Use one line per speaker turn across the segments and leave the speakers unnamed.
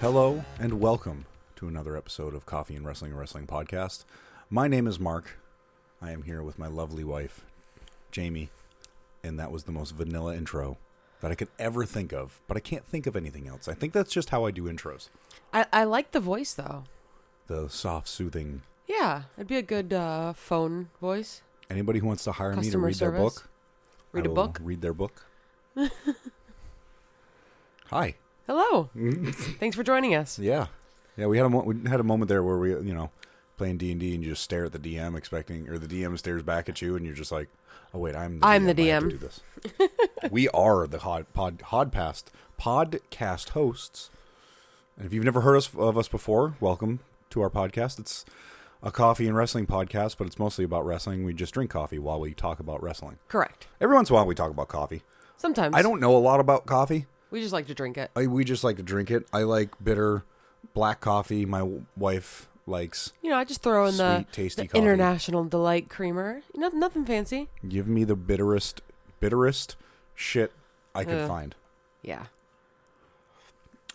Hello and welcome to another episode of Coffee and Wrestling a Wrestling Podcast. My name is Mark. I am here with my lovely wife, Jamie, and that was the most vanilla intro that I could ever think of, but I can't think of anything else. I think that's just how I do intros.
I, I like the voice though.
The soft, soothing.
Yeah, it'd be a good uh, phone voice.
Anybody who wants to hire me to
Customer
read their
service.
book,
Read
a
a book.
Read their book. Hi.
Hello. Thanks for joining us.
Yeah, yeah. We had a mo- we had a moment there where we you know playing D and D and you just stare at the DM expecting or the DM stares back at you and you're just like, oh wait, I'm the
I'm
DM.
the
I have to
DM.
do this. we are the hod, pod podpast podcast hosts. And if you've never heard us, of us before, welcome to our podcast. It's a coffee and wrestling podcast, but it's mostly about wrestling. We just drink coffee while we talk about wrestling.
Correct.
Every once in a while, we talk about coffee.
Sometimes
I don't know a lot about coffee.
We just like to drink it.
I, we just like to drink it. I like bitter black coffee. My w- wife likes.
You know, I just throw in the,
Sweet, tasty
the
coffee.
international delight creamer. No, nothing fancy.
Give me the bitterest, bitterest shit I can
Ugh.
find.
Yeah.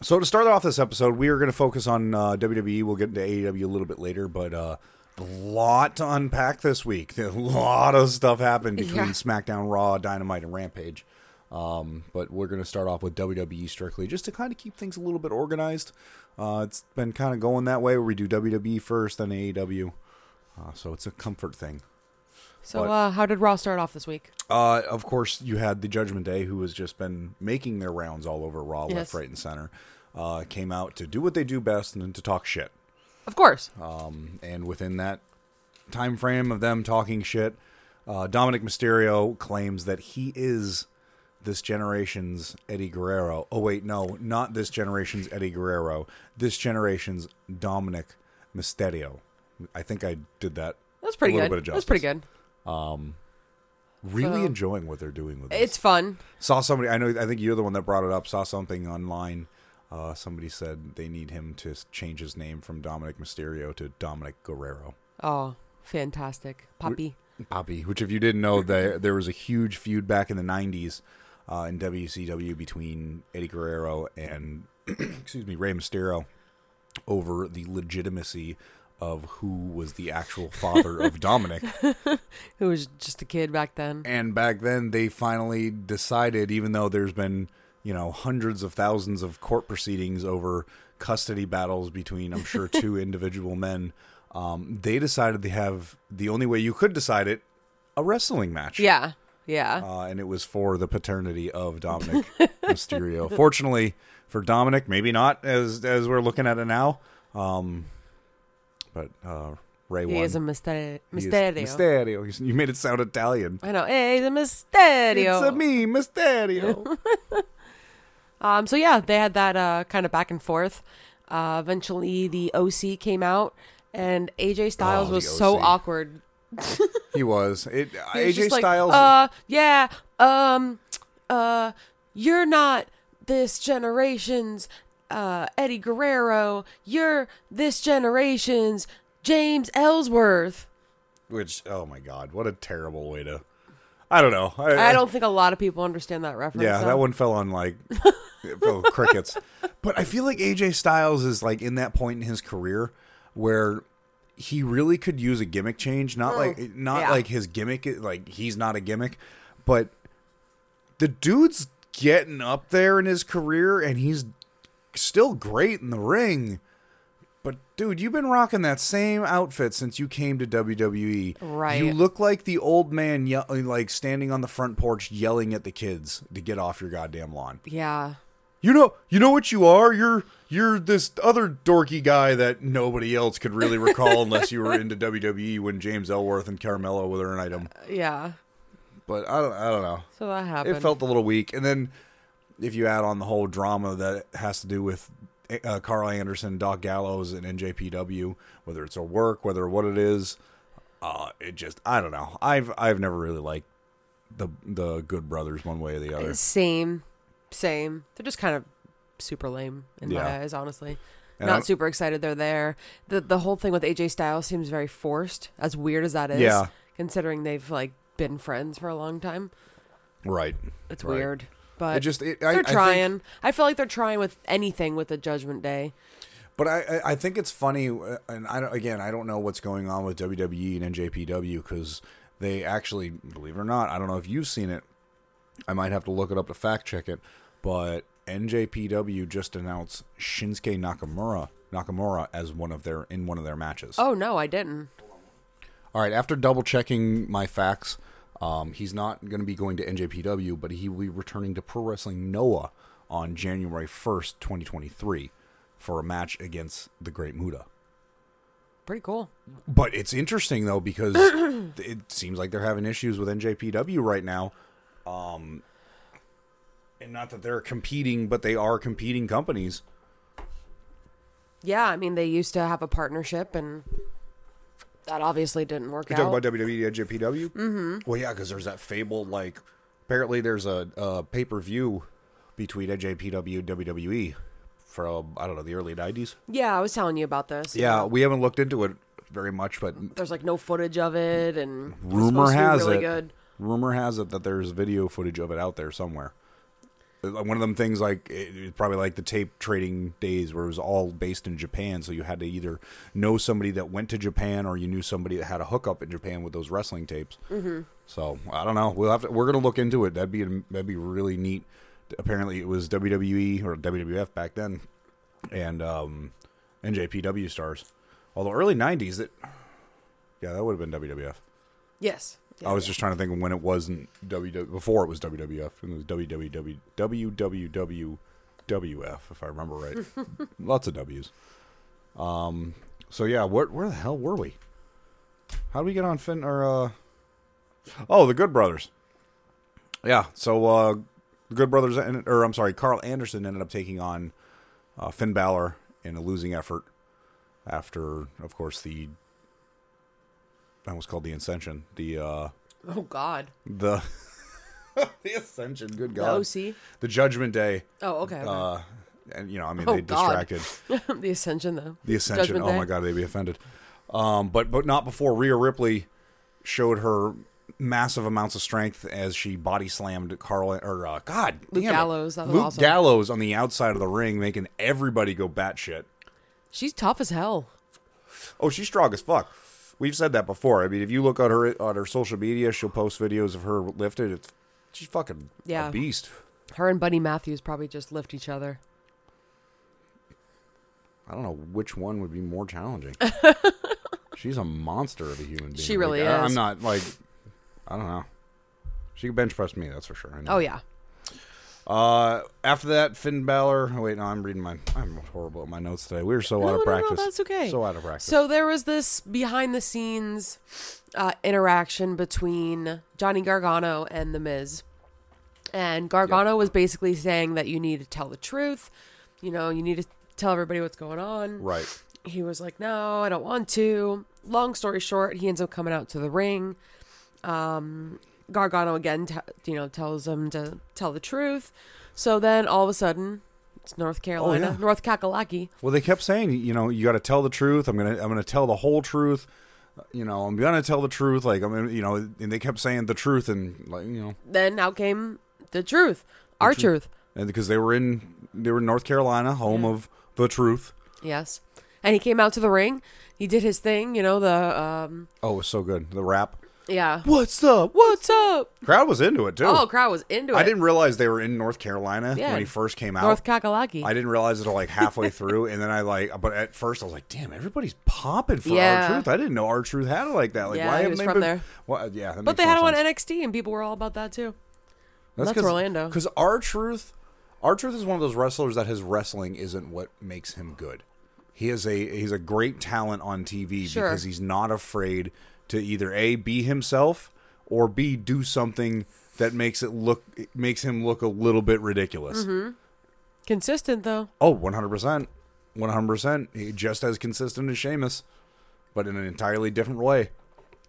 So to start off this episode, we are going to focus on uh, WWE. We'll get into AEW a little bit later, but uh, a lot to unpack this week. A lot of stuff happened between
Yeah.
SmackDown, Raw, Dynamite, and Rampage. Um, but we're going to start off with WWE strictly, just to kind of keep things a little bit organized. Uh, it's been kind of going that way, where we do WWE first, then AEW. Uh, so it's a comfort thing.
So,
What?
uh, how did Raw start off this week?
Uh, of course, you had the Judgment Day, who has just been making their rounds all over Raw, left,
Yes.
right, and center. Uh, came out to do what they do best and to talk shit.
Of course.
Um, and within that time frame of them talking shit, uh, Dominic Mysterio claims that he is this generation's Eddie Guerrero. Oh wait, no, not this generation's Eddie Guerrero. This generation's Dominic Mysterio. I think I did that.
That's pretty
a
good.
little Bit of
That's pretty
justice.
good.
Really
So-
enjoying what they're doing with this.
It's fun.
saw somebody i know i think you're the one that brought it up saw something online uh, somebody said they need him to s- change his name from dominic mysterio to dominic guerrero
Oh, fantastic. Poppy.
poppy which if you didn't know there, there was a huge feud back in the 90s uh, in wcw between eddie guerrero and excuse me Rey mysterio over the legitimacy of who was the actual father of dominic
Who was just a kid back then.
and back then they finally decided even though there's been you know hundreds of thousands of court proceedings over custody battles between i'm sure two individual men um, they decided to have the only way you could decide it a wrestling match
Yeah. Yeah.
uh, and it was for the paternity of Dominic Mysterio. Fortunately for Dominic, maybe not as as we're looking at it now. Um, but uh, Ray
he
won.
is a mysterio.
He is
Mysterio.
Mysterio. You made it sound Italian.
I know. Hey, he's a mysterio.
It's a me, Mysterio.
Um, so yeah, they had that uh, kind of back and forth. Uh, eventually, the OC came out, and AJ Styles
Oh, the
was so
OC.
awkward.
he was. It,
He was
AJ
just like,
Styles.
uh, yeah, um, uh, you're not this generation's uh, Eddie Guerrero. You're this generation's James Ellsworth.
which, oh my God, what a terrible way to. I don't know. I,
I don't think a lot of people understand that reference.
Yeah,
though.
that one fell on like it fell crickets. But I feel like AJ Styles is like in that point in his career where he really could use a gimmick change. Not like not
Mm. yeah.
like his gimmick. is- Like he's not a gimmick, but the dude's getting up there in his career, and he's still great in the ring. But dude, you've been rocking that same outfit since you came to WWE.
Right.
You look like the old man, ye- like standing on the front porch yelling at the kids to get off your goddamn lawn.
Yeah.
You know, you know what you are. You're you're this other dorky guy that nobody else could really recall unless you were into WWE when James Ellsworth and Carmelo were an item.
Yeah.
But I don't, I don't know.
So that happened.
It felt a little weak. And then if you add on the whole drama that has to do with uh, Carl Anderson, Doc Gallows, and NJPW, whether it's a work, whether what it is, uh, it just I don't know. I've I've never really liked the the Good Brothers one way or the other.
Same, same. They're just kind of super lame in
Yeah.
my eyes, honestly.
And
Not
I'm-
super excited they're there. The the whole thing with AJ Styles seems very forced, as weird as that is.
Yeah.
Considering they've like been friends for a long time.
Right.
It's
Right.
weird. But
It just- it- I-
they're
I think-
trying. I feel like they're trying with anything with the Judgment Day.
But I, I- I think it's funny, uh, and I don't, again, I don't know what's going on with WWE and NJPW because they actually, believe it or not, I don't know if you've seen it. I might have to look it up to fact check it, but NJPW just announced Shinsuke Nakamura Nakamura as one of their in one of their matches.
Oh no, I didn't.
All right, after double checking my facts, um, he's not going to be going to NJPW, but he will be returning to Pro Wrestling Noah on January 1st, 2023 for a match against the Great Muda.
Pretty cool.
But it's interesting though because it seems like they're having issues with NJPW right now. Um, and not that they're competing, but they are competing companies.
Yeah, I mean they used to have a partnership, and that obviously didn't work
You talk
out.
about E, WWE and NJPW. Mm-hmm. Well, yeah, because there's that fabled like. Apparently, there's a, a pay per view between NJPW and WWE from I don't know the early '90s.
yeah, I was telling you about this.
Yeah, we haven't looked into it very much, but
there's like no footage of it, and it's
rumor
supposed to be
has
really
it.
good.
Rumor has it that there's video footage of it out there somewhere. Uh, One of them things like it, it's probably like the tape trading days where it was all based in Japan, so you had to either know somebody that went to Japan or you knew somebody that had a hookup in Japan with those wrestling tapes. Mm-hmm. So I don't know. We'll have to. We're gonna look into it. That'd be that'd be really neat. Apparently, it was WWE or WWF back then, and um, NJPW stars. Although early '90s, it yeah, that would have been WWF.
Yes. Yeah.
I was just trying to think of when it wasn't WW before it was WWF and it was WWW WWWWF if I remember right. Lots of W's. Um. So yeah, where where the hell were we? How do we get on Finn or uh? Oh, the Good Brothers. Yeah. So uh, the Good Brothers en- or I'm sorry, Carl Anderson ended up taking on uh, Finn Balor in a losing effort after, of course, the. I almost called the Ascension. The uh,
Oh God.
the the ascension good
The
god
OC.
the judgment day
Oh okay. okay.
uh and you know i mean
Oh,
they
God.
distracted
the Ascension though.
Uh, the ascension
Judgment
oh
Day.
my god they'd be offended um but but not before Rhea ripley showed her massive amounts of strength as she body slammed carl or uh, god
Luke
damn it.
Gallows, that was
luke
awesome.
gallows on the outside of the ring making everybody go batshit
She's tough as hell.
Oh, she's strong as fuck. We've said that before. I mean, if you look on her on her social media, she'll post videos of her lifted. It's she's fucking
Yeah.
a beast.
Her and Buddy Matthews probably just lift each other.
I don't know which one would be more challenging. she's a monster of a human being.
She really
Like, I- I'm
is.
not like I don't know. She could bench press me, that's for sure. I know.
Oh yeah.
Uh, after that, Finn Balor. oh, wait, no, I'm reading my. I'm horrible at my notes today. We were so out
no,
of practice.
No, no, that's okay.
So out of practice.
So there was this behind the scenes uh, interaction between Johnny Gargano and The Miz. And Gargano was basically saying that you need to tell the truth. You know, you need to tell everybody what's going on.
right.
He was like, no, I don't want to. Long story short, he ends up coming out to the ring. Um, Gargano again, t- you know, tells him to tell the truth. So then all of a sudden, it's North Carolina,
yeah.
North Kakalaki.
Well, they kept saying, you know, you got to tell the truth. I'm gonna, I'm gonna tell the whole truth. Uh, You know, I'm gonna tell the truth. Like I'm, gonna, you know, and they kept saying the truth, and like you know,
then out came the truth, our truth.
and because they were in, they were in North Carolina, home of the truth.
Yes. And he came out to the ring. He did his thing, you know, the um
Oh, it was so good. The rap.
yeah.
What's up?
What's up?
Crowd was into it too.
Oh, crowd was into it.
I didn't realize they were in North Carolina
Yeah.
when he first came out.
North Kakalaki.
I didn't realize it until like halfway through, and then I like, but at first I was like, "Damn, everybody's popping for
Yeah.
our truth." I didn't know our truth had it like that. Like,
Yeah,
why
he
haven't
was
they
from
been-
there.
Well, yeah, that
but
makes
they
more
had him on
sense.
NXT and people were all about that too. That's Orlando.
Because our truth, our truth is one of those wrestlers that his wrestling isn't what makes him good. He is a he's a great talent on TV
Sure.
because he's not afraid to either a be himself or b do something that makes it look it makes him look a little bit ridiculous.
Mm-hmm. Consistent though.
Oh, 100 percent, one hundred percent. He just as consistent as Sheamus, but in an entirely different way.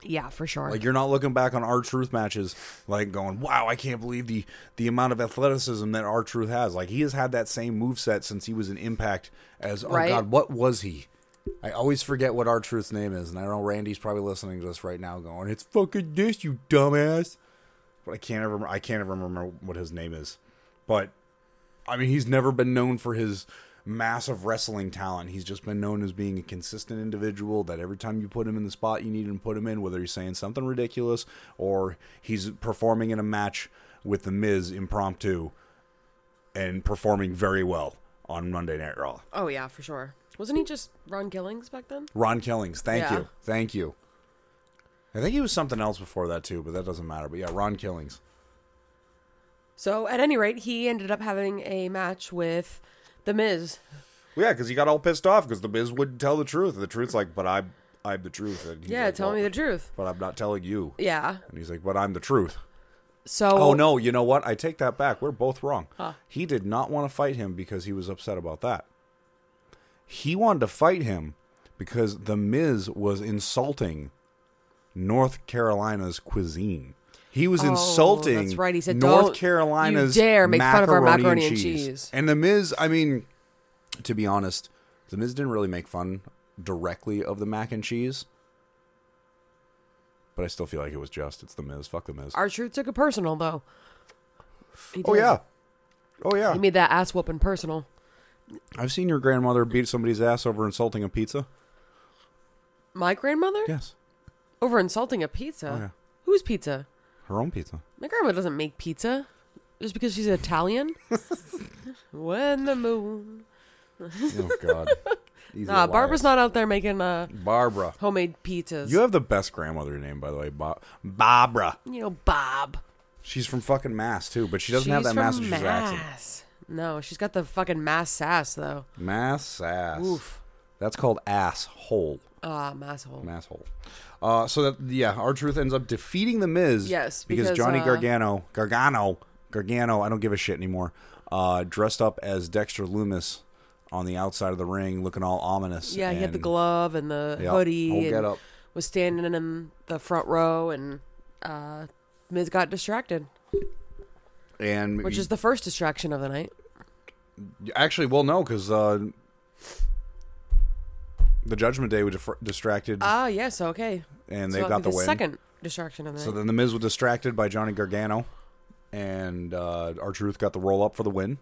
Yeah, for sure.
Like you're not looking back on our truth matches, like going, "Wow, I can't believe the the amount of athleticism that our truth has." Like he has had that same move set since he was in Impact. As oh
Right.
god, what was he? I always forget what our truth's name is, and I know Randy's probably listening to this right now, going, "It's fucking this, you dumbass." But I can't ever, I can't ever remember what his name is. But I mean, he's never been known for his massive wrestling talent. He's just been known as being a consistent individual that every time you put him in the spot you need him to put him in, whether he's saying something ridiculous or he's performing in a match with The Miz impromptu and performing very well on Monday Night Raw.
Oh yeah, for sure. Wasn't he just Ron Killings back then?
Ron Killings, thank
Yeah.
you. Thank you. I think he was something else before that too, but that doesn't matter. But yeah, Ron Killings.
So at any rate, he ended up having a match with the Miz.
Well, yeah, because he got all pissed off because the Miz wouldn't tell the truth. And the truth's like, but I'm, I'm the truth. And he's
Yeah,
like,
tell
"Well,
me the truth.
But I'm not telling you.
Yeah.
And he's like, but I'm the truth.
So
Oh, no, you know what? I take that back. We're both wrong. He did not want to fight him because he was upset about that. He wanted to fight him because the Miz was insulting North Carolina's cuisine. He was
Oh,
insulting
that's right. He said,
North
"Don't you
Carolina's
dare make fun of our macaroni and cheese.
And the Miz, I mean, to be honest, the Miz didn't really make fun directly of the mac and cheese. But I still feel like it was just. It's the Miz. Fuck the Miz.
our truth took it personal though. He
Oh
did.
yeah. Oh yeah.
He made that ass whooping personal.
I've seen your grandmother beat somebody's ass over insulting a pizza.
My grandmother?
Yes.
Over insulting a pizza.
Oh, yeah.
Whose pizza?
Her own pizza.
My grandma doesn't make pizza. Just because she's Italian? when the moon.
Oh god. These
Nah,
are
Barbara's
liars.
not out there making uh,
Barbara.
homemade pizzas.
You have the best grandmother name, by the way, Bob. Barbara.
you know, Bob.
She's from fucking Mass too, but she doesn't have that
She's from
Massachusetts accent.
Mass. No, she's got the fucking mass sass though.
Mass ass.
Oof.
That's called asshole.
Ah, masshole.
Asshole. Uh, so that yeah, our truth ends up defeating the Miz.
Yes,
because,
because,
Johnny
uh,
Gargano, Gargano, Gargano. I don't give a shit anymore. Uh, dressed up as Dexter Loomis on the outside of the ring, looking all ominous.
Yeah, he had the
and-
glove and the
Yeah,
hoodie.
whole
and
getup.
Was standing in the front row, and uh, Miz got distracted,
and
which is the first distraction of the night.
actually well no because uh, the Judgment Day was dif- distracted,
Ah, yes, okay.
and
So
they
that'd
got
be
the, win.
second distraction of the
So
night.
then the Miz was distracted by Johnny Gargano, and uh, our truth got the roll up for the win.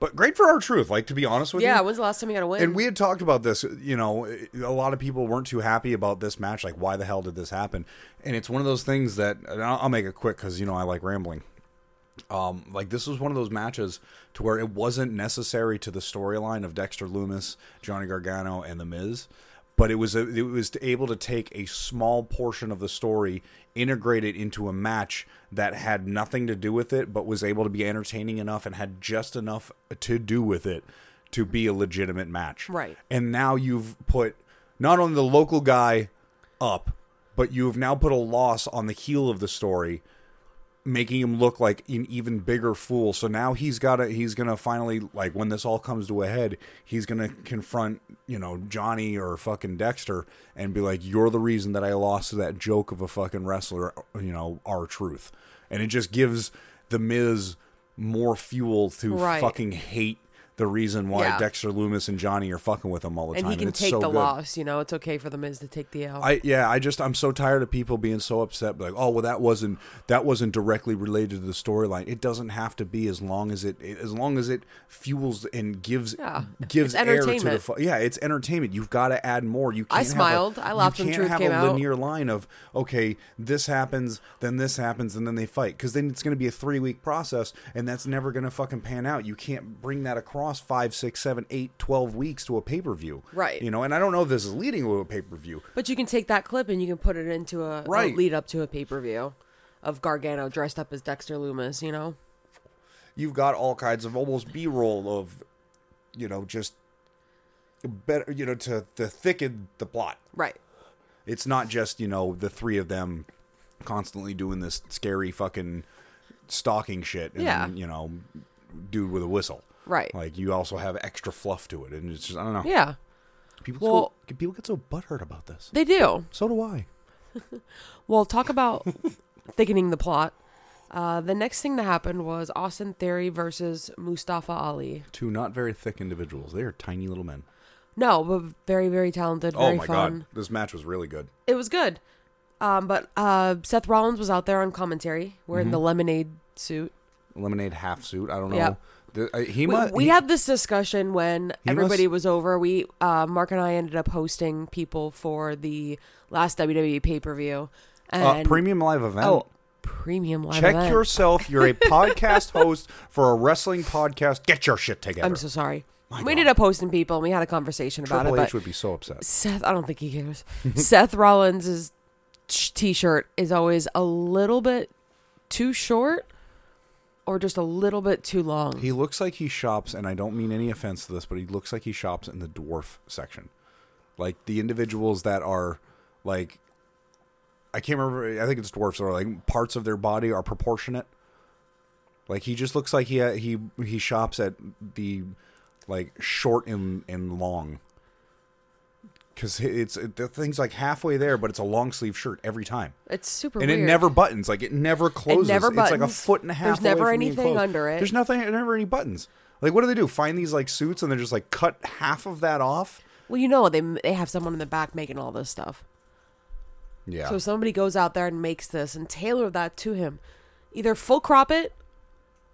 But great for our truth, like to be honest with you.
yeah, when's the last time you got a win?
And we had talked about this, you know, a lot of people weren't too happy about this match. Like, why the hell did this happen? And it's one of those things that, and I'll, I'll make it quick because, you know, I like rambling. Um, like, this was one of those matches to where it wasn't necessary to the storyline of Dexter Loomis, Johnny Gargano, and The Miz. But it was a, it was able to take a small portion of the story, integrate it into a match that had nothing to do with it, but was able to be entertaining enough and had just enough to do with it to be a legitimate match.
Right.
And now you've put not only the local guy up, but you've now put a loss on the heel of the story, making him look like an even bigger fool. So now he's got to he's going to finally like when this all comes to a head, he's going to confront, you know, Johnny or fucking Dexter and be like you're the reason that I lost to that joke of a fucking wrestler, you know, our truth. And it just gives the Miz more fuel to
Right.
fucking hate the reason why
Yeah.
Dexter Loomis and Johnny are fucking with him all the
and
time.
he can
it's
take
so
the
good.
loss. You know, it's okay for the Miz to take the L.
I yeah, I just I'm so tired of people being so upset like, "Oh, well that wasn't that wasn't directly related to the storyline." It doesn't have to be as long as it as long as it fuels and gives
Yeah.
gives
It's
air to the
entertainment.
fu- Yeah, it's entertainment. You've got to add more. You can't
I
have a-
smiled. I laughed
you
when
can't
Truth
have
came
a
out.
linear line of, "Okay, this happens, then this happens, and then they fight." Cuz then it's going to be a 3-week process and that's never going to fucking pan out. You can't bring that across five, six, seven, eight, twelve weeks to a pay-per-view.
Right.
You know, and I don't know if this is leading to a pay-per-view.
but you can take that clip and you can put it into a, a
Right.
lead up to a pay per view of Gargano dressed up as Dexter Loomis. You know,
you've got all kinds of almost b-roll of you know just better you know to, to thicken the plot
right?
it's not just you know the three of them constantly doing this scary fucking stalking shit and
Yeah.
then, you know dude with a whistle
Right.
like you also have extra fluff to it and it's just i don't know
Yeah,
people,
Well-
so, people get so butthurt about this
they do.
so do i
Well, talk about thickening the plot. Uh, the next thing that happened was Austin Theory versus Mustafa Ali.
two not very thick individuals they are tiny little men
No, but very, very talented, very
oh my
fun.
god this match was really good
It was good.
Mm-hmm.
Um, but uh, Seth Rollins was out there on commentary wearing the lemonade suit.
lemonade half suit. I don't know.
Yep.
The- uh, he
We,
must.
we had this discussion when
He
everybody
must-
was over. We uh, Mark and I ended up hosting people for the last WWE pay per view
uh,
and
premium live event.
oh premium live
Check
event.
yourself. You're a podcast host for a wrestling podcast. Get your shit together.
I'm so sorry. we
God.
ended up hosting people. and We had a conversation about
Triple
it.
H
but
would be so upset.
Seth, I don't think he cares. Seth Rollins' t-shirt is always a little bit too short, or just a little bit too long.
He looks like he shops, and I don't mean any offense to this, but he looks like he shops in the dwarf section, like the individuals that are like. I can't remember. I think it's dwarfs or like parts of their body are proportionate. Like he just looks like he he he shops at the like short and and long. Because it's it, the thing's like halfway there, but it's a long sleeve shirt every time.
it's super
and
weird.
it never buttons. Like it never closes.
never
It's like a
buttons.
foot and a half.
There's never
away from being
anything
closed.
under it.
There's nothing. there are Never any buttons. Like what do they do? Find these like suits and they're just like cut half of that off.
Well, you know they they have someone in the back making all this stuff.
Yeah.
So somebody goes out there and makes this and tailor that to him. Either full crop it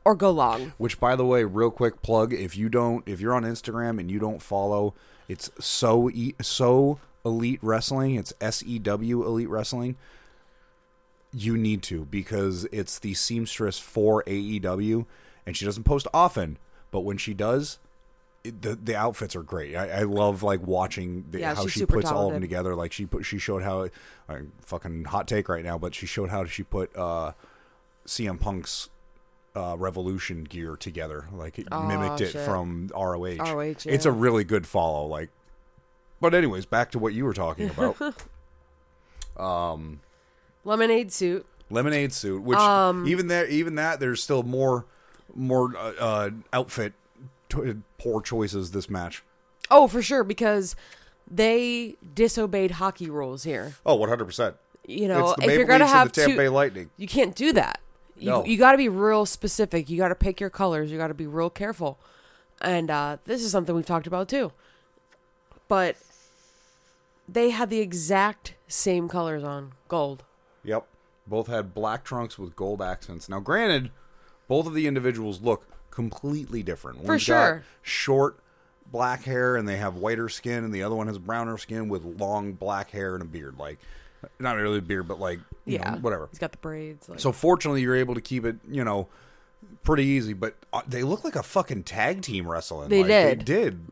or go long.
Which, by the way, real quick plug: if you don't, if you're on Instagram and you don't follow, it's so e- so elite wrestling. It's S E W elite wrestling. You need to because it's the seamstress for AEW, and she doesn't post often, but when she does. It, the the outfits are great. I, I love like watching the,
Yeah,
how
she's
she
super
puts all of them
talented.
together. Like she put she showed how uh, fucking hot take right now, but she showed how she put uh, CM Punk's uh, Revolution gear together. Like it mimicked it
shit.
from ROH.
ROH,
It's
yeah.
a really good follow. Like, but anyways, back to what you were talking about.
Lemonade suit.
Lemonade suit, which
Um,
even there, even that, there's still more, more uh, uh, outfit t- poor choices this match.
Oh, for sure because they disobeyed hockey rules here.
Oh, 100. percent
You know,
it's the
if
Maple
you're going to
Leafs and
have
the Tampa Bay
two
Lightning.
you can't do that. You,
No.
you got to be real specific. You got to pick your colors. You got to be real careful. And uh, this is something we've talked about too. But they had the exact same colors on gold.
Yep, both had black trunks with gold accents. Now, granted, both of the individuals look completely different. One's
sure.
got short black hair and they have whiter skin, and the other one has browner skin with long black hair and a beard. Like, not really a beard, but like, you
Yeah,
know, whatever.
He's got the braids. Like,
So fortunately, you're able to keep it, you know, pretty easy. But uh, they look like a fucking tag team wrestling.
They
like, They
did.
did.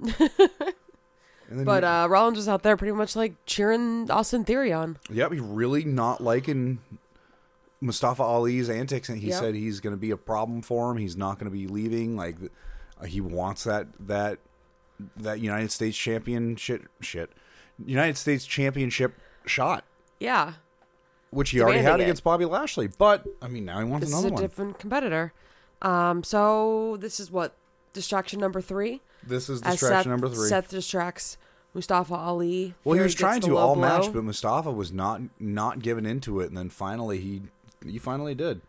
And then
But
you-
uh, Rollins was out there pretty much like cheering Austin Theory on.
Yep, he's really not liking Mustafa Ali's antics, and he
Yep.
said he's going to be a problem for him. He's not going to be leaving. Like uh, he wants that that that United States champion shit shit United States championship shot,
Yeah,
which he already had
Demanding it.
against Bobby Lashley. But I mean, now he wants
this is
another
a
one.
different competitor. Um, so this is what distraction number three.
this is
As
distraction
Seth,
number three.
Seth distracts Mustafa Ali.
well, he
Theory
was
gets
trying
the
to
low
all
blow.
match, but Mustafa was not not giving into it, and then finally he he finally did.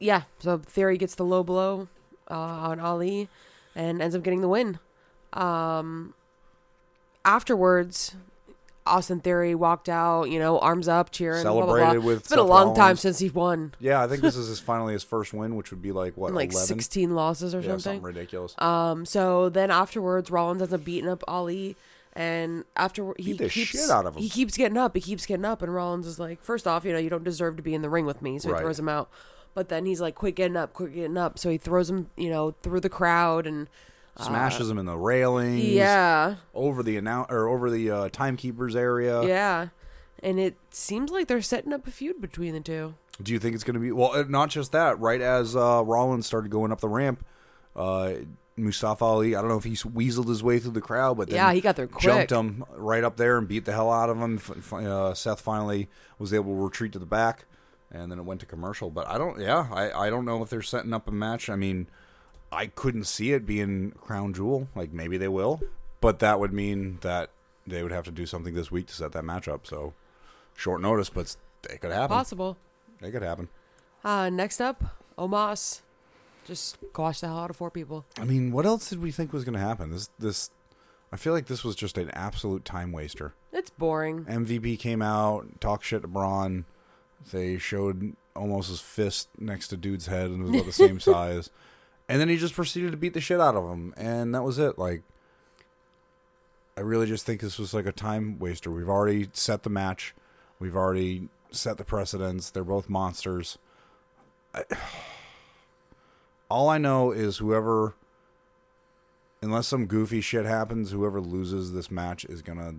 yeah, so Theory gets the low blow uh, on Ali and ends up getting the win. Um, afterwards, Austin Theory walked out, you know, arms up, cheering. blah, blah, blah.
Celebrated with
It's been a
Seth
long time
Rollins.
since he won,
Yeah, I think this is his finally his first win, which would be like what
like
11?
sixteen losses or
Yeah, something ridiculous.
Um, so then afterwards, Rollins ends up beating up Ali, and after he
Beat the
keeps
shit out of him.
he keeps getting up, he keeps getting up, and Rollins is like, first off, you know, you don't deserve to be in the ring with me, so
Right.
he throws him out. But then he's like, quick getting up, quick getting up, so he throws him, you know, through the crowd, and
Smashes him in the railings.
uh, yeah,
Over the annou- or over the uh, timekeepers area.
yeah, and it seems like they're setting up a feud between the two.
Do you think it's going to be well? uh, Not just that. Right as uh, Rollins started going up the ramp, uh, Mustafa Ali. I don't know if he weaseled his way through the crowd, but then
Yeah, he got there quick.
Jumped him right up there and beat the hell out of him. F- f- uh, Seth finally was able to retreat to the back, and then it went to commercial. But I don't. Yeah, I, I don't know if they're setting up a match. I mean, I couldn't see it being crown jewel. Like maybe they will, but that would mean that they would have to do something this week to set that match up. So short notice, but s- it could happen.
Possible.
It could happen.
Uh, next up, Omos, just squash the hell out of four people.
I mean, what else did we think was going to happen? This, this, I feel like this was just an absolute time waster.
It's boring.
MVP came out, talked shit to Braun, They showed almost his fist next to dude's head and it was about the same size. And then he just proceeded to beat the shit out of him, and that was it. Like, I really just think this was like a time waster. We've already set the match, we've already set the precedents. They're both monsters. I, all I know is whoever, unless some goofy shit happens, whoever loses this match is gonna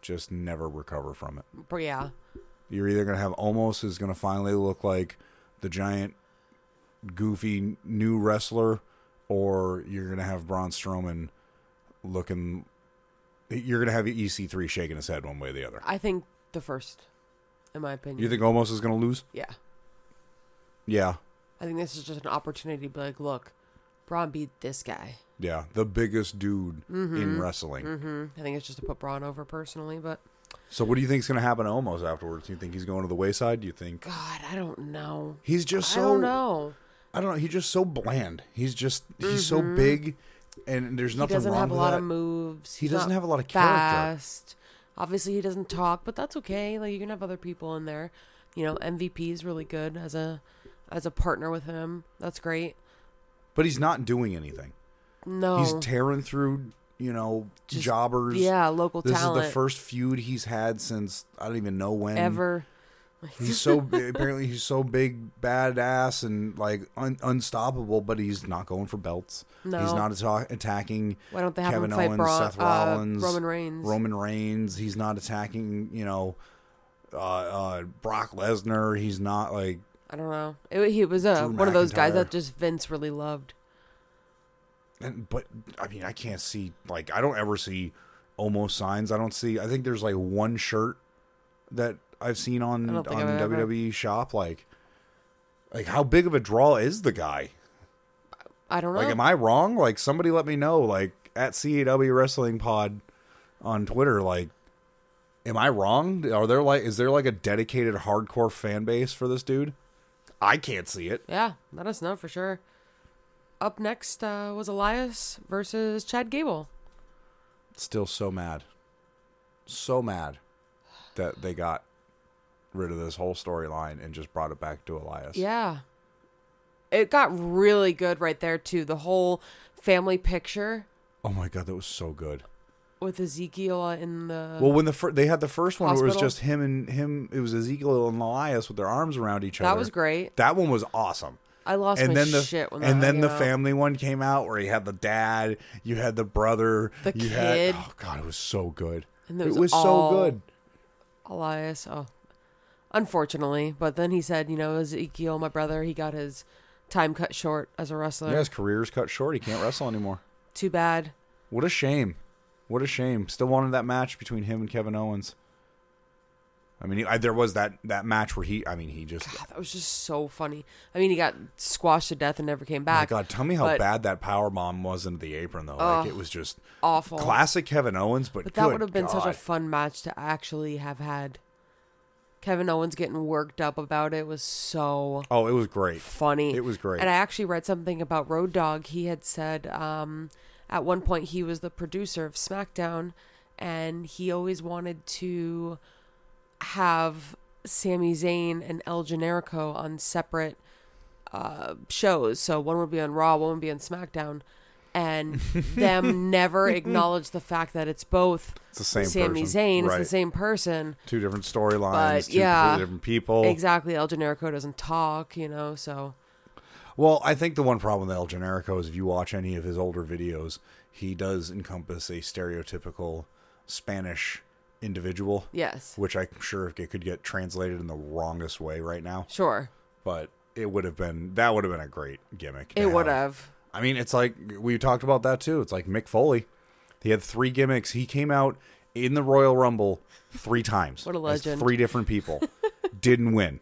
just never recover from it.
But yeah.
You're either gonna have almost is gonna finally look like the giant, goofy new wrestler, or you're gonna have Braun Strowman looking. You're gonna have EC3 shaking his head one way or the other.
I think the first, in my opinion.
You think almost is gonna lose?
yeah.
Yeah,
I think this is just an opportunity to be like, look, Braun beat this guy.
yeah. The biggest dude in wrestling.
hmm I think it's just to put Braun over personally, but
So what do you think's gonna happen to Omos afterwards? Do you think he's going to the wayside? Do you think
God, I don't know.
he's just so
I don't know.
I don't know. He's just so bland. He's just he's so big, and there's
Mm-hmm. He
nothing
doesn't
wrong
have a
with
lot
that.
of moves.
He
He's
doesn't
not
have a lot of character.
fast. Obviously, he doesn't talk, but that's okay. Like you can have other people in there. You know, MVP is really good as a as a partner with him. That's great.
But he's not doing anything.
No,
He's tearing through, you know, jobbers.
Oh. yeah, local
This
talent
is the first feud he's had since I don't even know when.
ever.
He's so bi- apparently he's so big, badass, and like un- unstoppable. But he's not going for belts. he's
No.
not atta- attacking.
Why don't they have
Kevin
him fight
Owens,
Braun-
Seth
uh,
Rollins,
Roman Reigns?
Roman Reigns. He's not attacking. You know, uh, uh, Brock Lesnar. He's not like
I don't know. It, he was a,
Drew
one of those guys
McIntyre.
that just Vince really loved.
And but I mean, I can't see like I don't ever see almost signs. I don't see. I think there's like one shirt that I've seen on
I
on
don't think I've ever-
WWE shop. Like, like how big of a draw is the guy?
I don't know.
Like, am I wrong? Like, somebody let me know. Like at CAW Wrestling Pod on Twitter. Like, am I wrong? Are there like is there like a dedicated hardcore fan base for this dude? I can't see it.
yeah, let us know for sure. Up next uh, was Elias versus Chad Gable.
still so mad so mad that they got rid of this whole storyline and just brought it back to elias
Yeah. It got really good right there too. The whole family picture
oh my god that was so good
Uh-huh. with Ezekiel in the
well when the fir- they had the first one where it was
Hospital?
just him and him it was ezekiel and elias with their arms around each
That
other
was great.
that one was awesome
I lost
and
my
then the
shit when
and
that
then the
came out.
family one came out where you had the dad, you had the brother,
The
you had
kid.
oh god, it was so good.
And it
it
was
was
all-
so good.
Elias. Oh, unfortunately, but then he said, you know, Ezekiel, my brother, he got his time cut short as a wrestler.
Yeah, his career's cut short. He can't wrestle anymore.
Too bad.
What a shame. What a shame. Still wanted that match between him and Kevin Owens. I mean, he- I, there was that that match where he. I mean, he just. oh
God, that was just so funny. I mean, he got squashed to death and never came
Oh my
back.
God, tell me how
but-
bad that power bomb was into the apron though. Like it was just
Awful.
classic Kevin Owens, but,
But that
good
would have been such a
God.
fun match to actually have had. Kevin Owens getting worked up about it was so
oh, it was great.
funny.
It was great.
And I actually read something about Road Dog. He had said um, at one point he was the producer of SmackDown, and he always wanted to have Sami Zayn and El Generico on separate uh, shows. So one would be on Raw, one would be on SmackDown. And them never acknowledge the fact that it's both
It's the same
Sami
person.
Zayn. It's the
Right.
same person.
Two different storylines,
But,
two
yeah.
completely different people.
Exactly. El Generico doesn't talk, you know, so
Well, I think the one problem with El Generico is if you watch any of his older videos, he does encompass a stereotypical Spanish individual.
yes.
which I'm sure it could get translated in the wrongest way right now,
Sure.
but it would have been that would have been a great gimmick. to
It would have.
I mean, it's like we talked about that too. It's like Mick Foley. He had three gimmicks. He came out in the Royal Rumble three times.
What a
as
legend.
Three different people didn't win.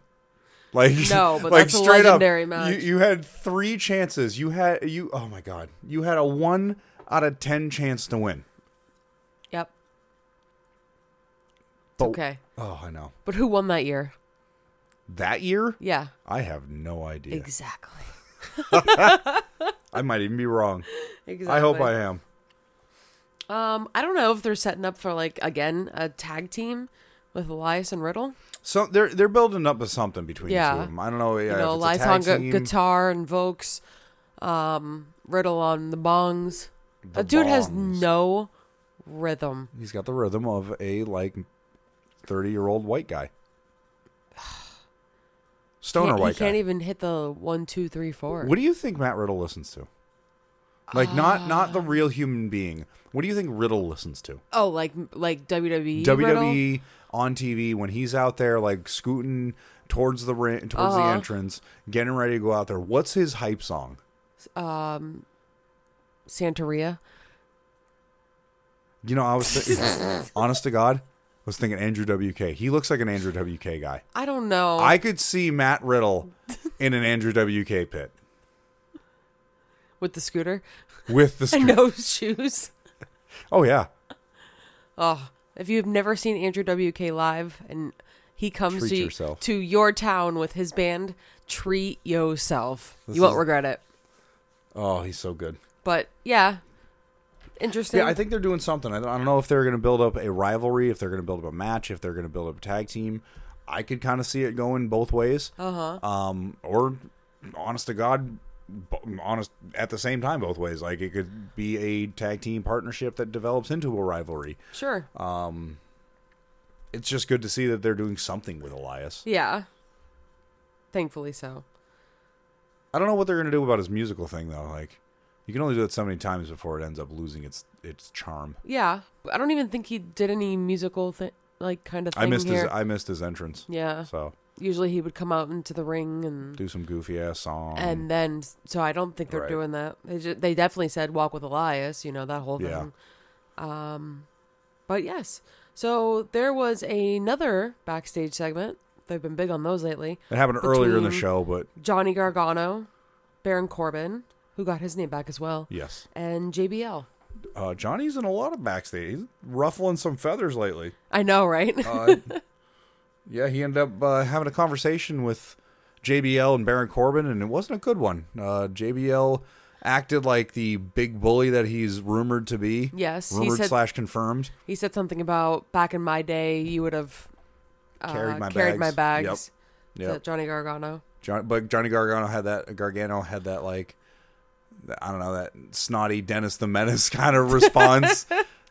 Like
No, but
like
that's a
straight
legendary
up,
match.
You, you had three chances. You had you. Oh my god, you had a one out of ten chance to win.
Yep.
But,
Okay.
Oh, I know.
But who won that year?
That year,
Yeah.
I have no idea.
Exactly.
I might even be wrong.
Exactly.
I hope I am.
Um, I don't know if they're setting up for like again a tag team, with Elias and Riddle.
So they're they're building up to something between the two
Yeah.
of them. I don't know. Yeah,
You know,
if it's a
Elias
tag
on gu-
team,
guitar and Vokes, um, Riddle on the bongs.
the
That dude has
bongs.
no rhythm.
He's got the rhythm of a like thirty year old white guy. Stoner
Can't-
white
he
guy.
can't even hit the one, two, three, four.
What do you think Matt Riddle listens to? Like not not the
Ah.
real human being. What do you think Riddle listens to?
oh, like like WWE. Riddle?
WWE on TV when he's out there like scooting towards the ring, towards the
Uh-huh.
entrance, getting ready to go out there. What's his hype song?
um Santeria.
You know, I was thinking, honest to God, I was thinking Andrew WK. He looks like an Andrew WK guy.
I don't know.
I could see Matt Riddle in an Andrew WK pit
with the scooter
with the
and
scoo-
no shoes.
oh yeah,
Oh, if you've never seen Andrew WK live and he comes
Treat
to,
yourself.
to your town with his band, treat yourself.
This
you won't
is-
regret it.
oh he's so good.
But yeah, interesting.
Yeah, I think they're doing something. I I don't know if they're going to build up a rivalry, if they're going to build up a match, if they're going to build up a tag team. I could kind of see it going both ways. Uh huh. Um, or honest to God, bo- honest at the same time, both ways. Like it could be a tag team partnership that develops into a rivalry.
sure.
Uh, It's just good to see that they're doing something with Elias.
yeah. Thankfully so.
I don't know what they're going to do about his musical thing though. Like you can only do it so many times before it ends up losing its its charm.
Yeah. I don't even think he did any musical thi- like kind of thing
I missed
here.
his I missed his entrance.
yeah.
So
Usually he would come out into the ring and
do some goofy ass song.
and then so I don't think they're
Um, right.
doing that. They ju- they definitely said walk with Elias, you know that whole thing.
Yeah.
Um, but yes, so there was another backstage segment. They've been big on those lately.
It happened earlier in the
between-
show, but
Johnny Gargano, Baron Corbin, who got his name back as well,
yes,
and JBL.
uh, Johnny's in a lot of backstage. He's ruffling some feathers lately.
I know, right?
Uh, yeah, he ended up uh, having a conversation with JBL and Baron Corbin, and it wasn't a good one. Uh, JBL acted like the big bully that he's rumored to be.
Yes, he
rumored
said-
slash confirmed.
he said something about back in my day, you would have uh,
Carried my
carried my
bags." Yep.
bags
Yep.
to Johnny Gargano.
John, but Johnny Gargano had that. Gargano had that like, th- I don't know, that snotty Dennis the Menace kind of response.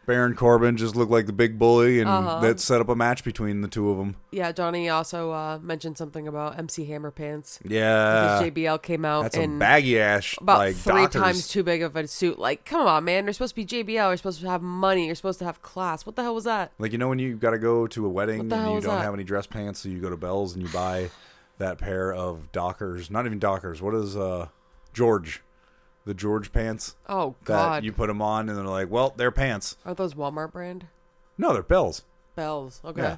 Baron Corbin just looked like the big bully, and
Uh-huh.
that set up a match between the two of them.
Yeah, Johnny also uh, mentioned something about MC Hammer pants.
Yeah,
because JBL came out
Uh, that's a
in
baggy ass
about
like
three
Dockers.
times too big of a suit. Like, come on, man! You're supposed to be JBL. You're supposed to have money. You're supposed to have class. What the hell was that?
Like you know when you got to go to a wedding
What
and
the hell
you
is
don't
that?
have any dress pants, so you go to Bell's and you buy that pair of Dockers. Not even Dockers. What is uh George? The George pants
Oh
that
God!
you put them on, and they're like, well, they're pants.
Are those Walmart brand
No, they're Bell's.
bells? Okay,
Yeah.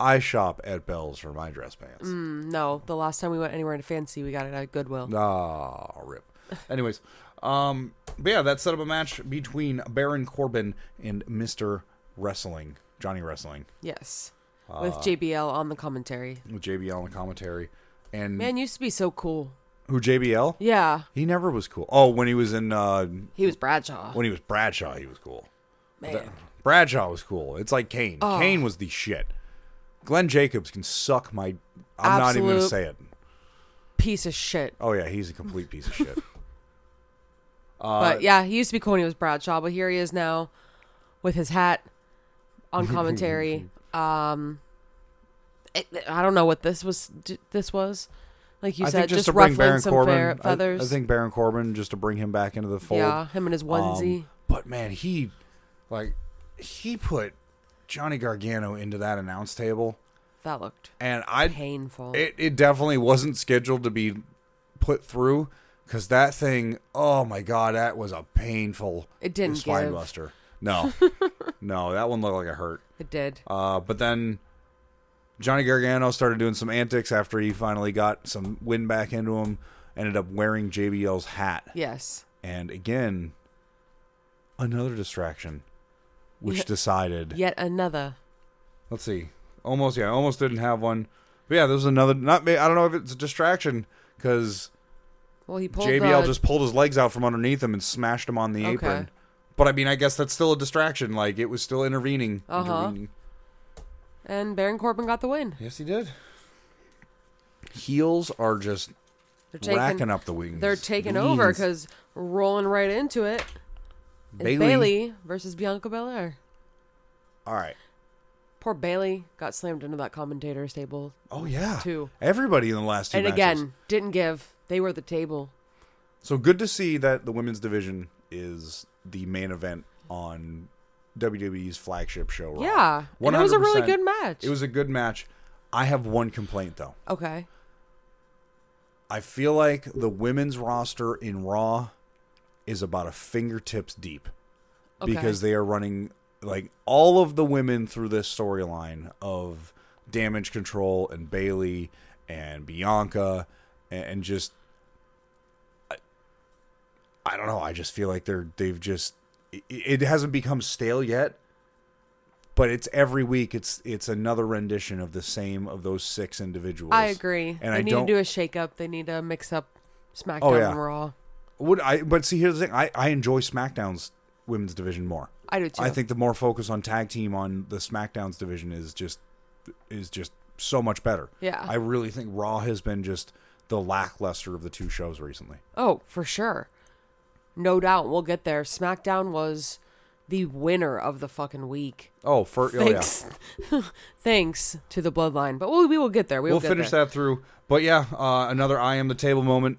I shop at Bell's for my dress pants.
Mm, no. The last time we went anywhere in fancy, we got it at Goodwill.
Ah, rip. Anyways, um, but yeah, that set up a match between Baron Corbin and Mister Wrestling, Johnny Wrestling,
Yes, with
Ah.
JBL on the commentary.
with JBL on the commentary, and
Man used to be so cool.
who JBL?
Yeah,
He never was cool. Oh, when he was in uh,
he was Bradshaw.
when he was Bradshaw, he was cool.
Man, Oh.
Bradshaw was cool. It's like Kane. Kane was the shit. Glenn Jacobs can suck my. I'm not even gonna
Absolute-
say it.
piece of shit.
Oh yeah, he's a complete piece of shit. Uh,
but yeah, he used to be cool when he was Bradshaw, but here he is now with his hat on commentary. um, it, I don't know what this was. d- This was like you
I
said,
think just,
just,
to bring
ruffling
Baron
some
Corbin,
fair
I-
feathers.
I, think Baron Corbin just to bring him back into the fold.
yeah, him and his
Um,
onesie.
but man, he like he put Johnny Gargano into that announce table,
that looked
and I
painful.
it it definitely wasn't scheduled to be put through because that thing. Oh my god, that was a painful.
It didn't
spine
give.
buster. No, no, that one looked like it hurt.
it did.
Uh, but then Johnny Gargano started doing some antics after he finally got some wind back into him. Ended up wearing JBL's hat,
yes.
and again, another distraction, which
Yeah.
decided.
Yet another.
Let's see, almost yeah, almost didn't have one. But yeah, there was another. Not ma- I don't know if it's a distraction because
Well, he pulled
JBL
the-
just pulled his legs out from underneath him and smashed him on the
Okay.
apron. But I mean, I guess that's still a distraction. Like it was still intervening.
Uh-huh.
intervening.
And Baron Corbin got the win.
Yes, he did. Heels are just
They're taking
racking up the wings.
they're taking over
Wings.
because rolling right into it is Bailey. versus Bianca Belair.
All right.
Poor Bailey got slammed into that commentator's table,
Oh yeah.
Two.
Everybody in the last two.
and
matches.
again didn't give. They were the table.
So good to see that the women's division is the main event on WWE's flagship show. Raw.
Yeah, and it was a really
100%.
good match.
It was a good match. I have one complaint though.
okay.
I feel like the women's roster in Raw is about a fingertips deep
Okay.
because they are running like all of the women through this storyline of damage control and Bailey and Bianca and, and just I, I don't know. I just feel like they're they've just it, it hasn't become stale yet, but it's every week. It's it's another rendition of the same of those six individuals.
I agree.
And
they
I
need
don't Oh,
to do a shake up. They need to mix up SmackDown
yeah.
and Raw.
Would I? But see, here's the thing. I, I enjoy SmackDown's women's division more.
I do too.
I think the more focus on tag team on the SmackDown's division is just is just so much better.
Yeah.
I really think Raw has been just the lackluster of the two shows recently.
Oh, for sure. No doubt. We'll get there. SmackDown was the winner of the fucking week.
Oh, for oh yeah.
Thanks. Thanks to the bloodline. But we'll, we will get there. We will
We'll finish that through. But yeah, uh, another I am the table moment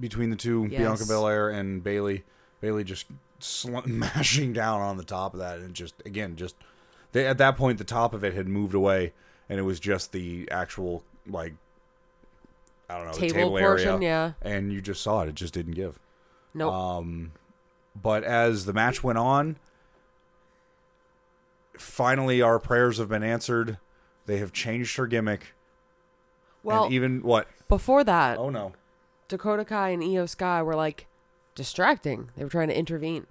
between the two Bianca
Yes.
Belair and Bailey. Bailey just sl- mashing down on the top of that, and just again, just they at that point the top of it had moved away, and it was just the actual like I don't know the
Table
table
portion, yeah.
area, And you just saw it; it just didn't give.
Nope.
Uh, But as the match went on, finally our prayers have been answered. They have changed her gimmick,
well,
and even what?
before that,
Oh no.
Dakota Kai and Io Sky were like distracting. They were trying to intervene.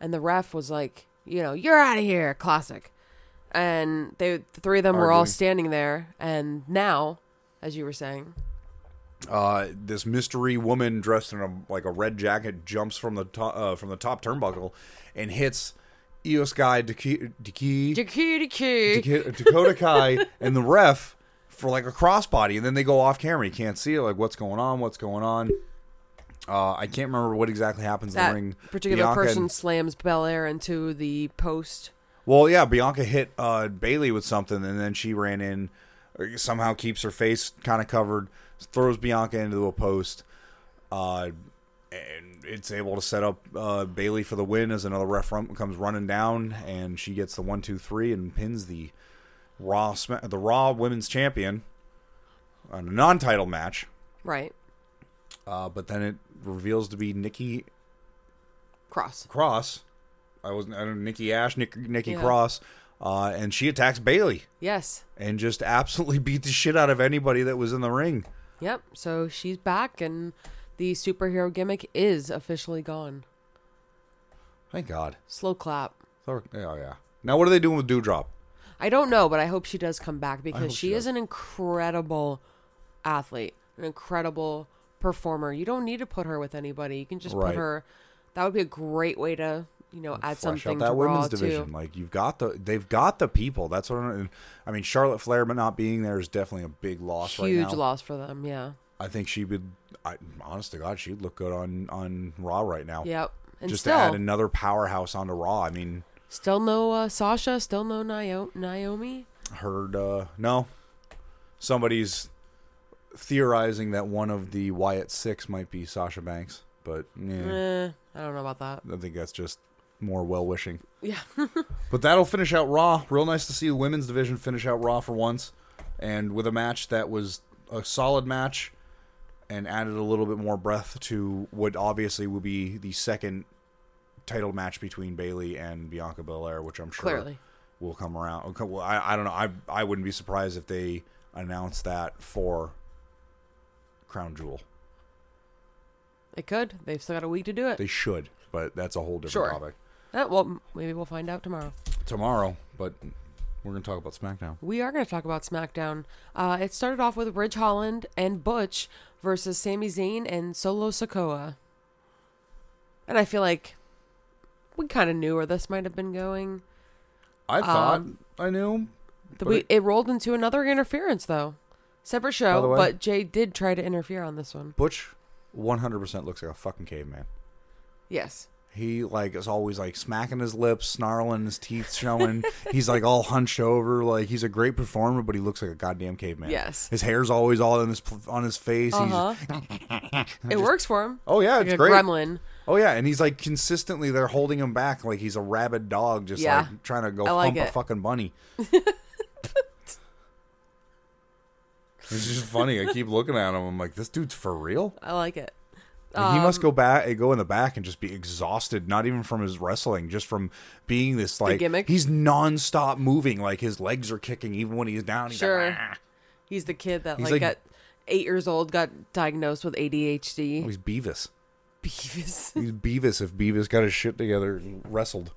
And the ref was like, you know, you're out of here, classic. And they the three of them were all
Arguing.
standing there and now, as you were saying,
uh, this mystery woman dressed in a like a red jacket jumps from the top uh, from the top turnbuckle and hits Eos guy Daki- Daki-
Dakota Kai.
Daki- Dakota Kai and the ref for like a crossbody, and then they go off camera. You can't see it. Like what's going on? What's going on? Uh, I can't remember what exactly happens in the
That
ring.
particular
Bianca and-
person slams Belair into the post.
well, yeah, Bianca hit uh, Bailey with something, and then she ran in. uh, Somehow keeps her face kind of covered, throws Bianca into a post, uh, and it's able to set up uh, Bailey for the win as another ref run- comes running down, and she gets the one, two, three, and pins the Raw Sma- the Raw Women's Champion on a non-title match.
Right.
Uh, but then it reveals to be Nikki
Cross.
Cross. I wasn't. I don't know, Nikki Ash, Nick, Nikki
Yeah.
Cross, uh, and she attacks Bailey.
Yes.
and just absolutely beat the shit out of anybody that was in the ring.
Yep. So she's back and the superhero gimmick is officially gone.
Thank God.
Slow clap.
Oh yeah. Now what are they doing with Dewdrop?
I don't know, but I hope she does come back because
hope she
she, is
does.
an incredible athlete, an incredible performer. You don't need to put her with anybody. You can just
Right.
put her. That would be a great way to, you know, add
Flesh
something
out that
to
women's
Raw
division.
too.
Like you've got the they've got the people. That's what I'm, I mean. Charlotte Flair, but not being there is definitely a big loss right
Huge
now.
loss for them. Yeah.
I think she would. I, honest to God, she'd look good on on Raw right now.
Yep. And
just
still,
to add another powerhouse onto Raw. I mean,
still no uh, Sasha. Still no Nio- Naomi.
heard uh no, somebody's theorizing that one of the Wyatt Six might be Sasha Banks, but yeah.
Eh, I don't know about that.
I think that's just more well wishing.
Yeah.
But that'll finish out Raw. Real nice to see the women's division finish out Raw for once, and with a match that was a solid match, and added a little bit more breath to what obviously will be the second title match between Bailey and Bianca Belair, which I'm sure
Clearly.
will come around. okay, Well, I, I don't know. I I wouldn't be surprised if they announce that for Crown Jewel.
It could. They've still got a week to do it.
They should, but that's a whole different
Sure.
topic
Eh, well, m- maybe we'll find out tomorrow.
tomorrow. But we're gonna talk about SmackDown.
We are going to talk about SmackDown. Uh, it started off with Ridge Holland and Butch versus Sami Zayn and Solo Sokoa. And I feel like we kind of knew where this might have been going.
I thought
Um,
I knew.
The,
But
we,
it-
it rolled into another interference though. Separate show,
the way-
but Jay did try to interfere on this one.
Butch 100% looks like a fucking caveman.
Yes.
He like is always like smacking his lips, snarling, his teeth showing. he's like all hunched over, like he's a great performer, but he looks like a goddamn caveman.
Yes.
his hair's always all on his pl- on his face.
Uh
He's,
huh. it works for him.
oh yeah,
Like
it's
a
great.
gremlin.
Oh yeah, and he's like consistently they're holding him back like he's a rabid dog, just
Yeah.
like trying to go
I like
hump a
it.
fucking bunny. it's just funny. I keep looking at him. I'm like, this dude's for real.
I like it.
Like, he
Um,
must go back, go in the back, and just be exhausted. Not even from his wrestling, just from being this like
gimmick?
He's nonstop moving. Like his legs are kicking even when he's down. He's
Sure.
Like, "Ah."
He's the kid that
He's
like,
like-
got eight years old, got diagnosed with ADHD.
Oh, he's Beavis.
Beavis.
He's Beavis if Beavis got his shit together and wrestled.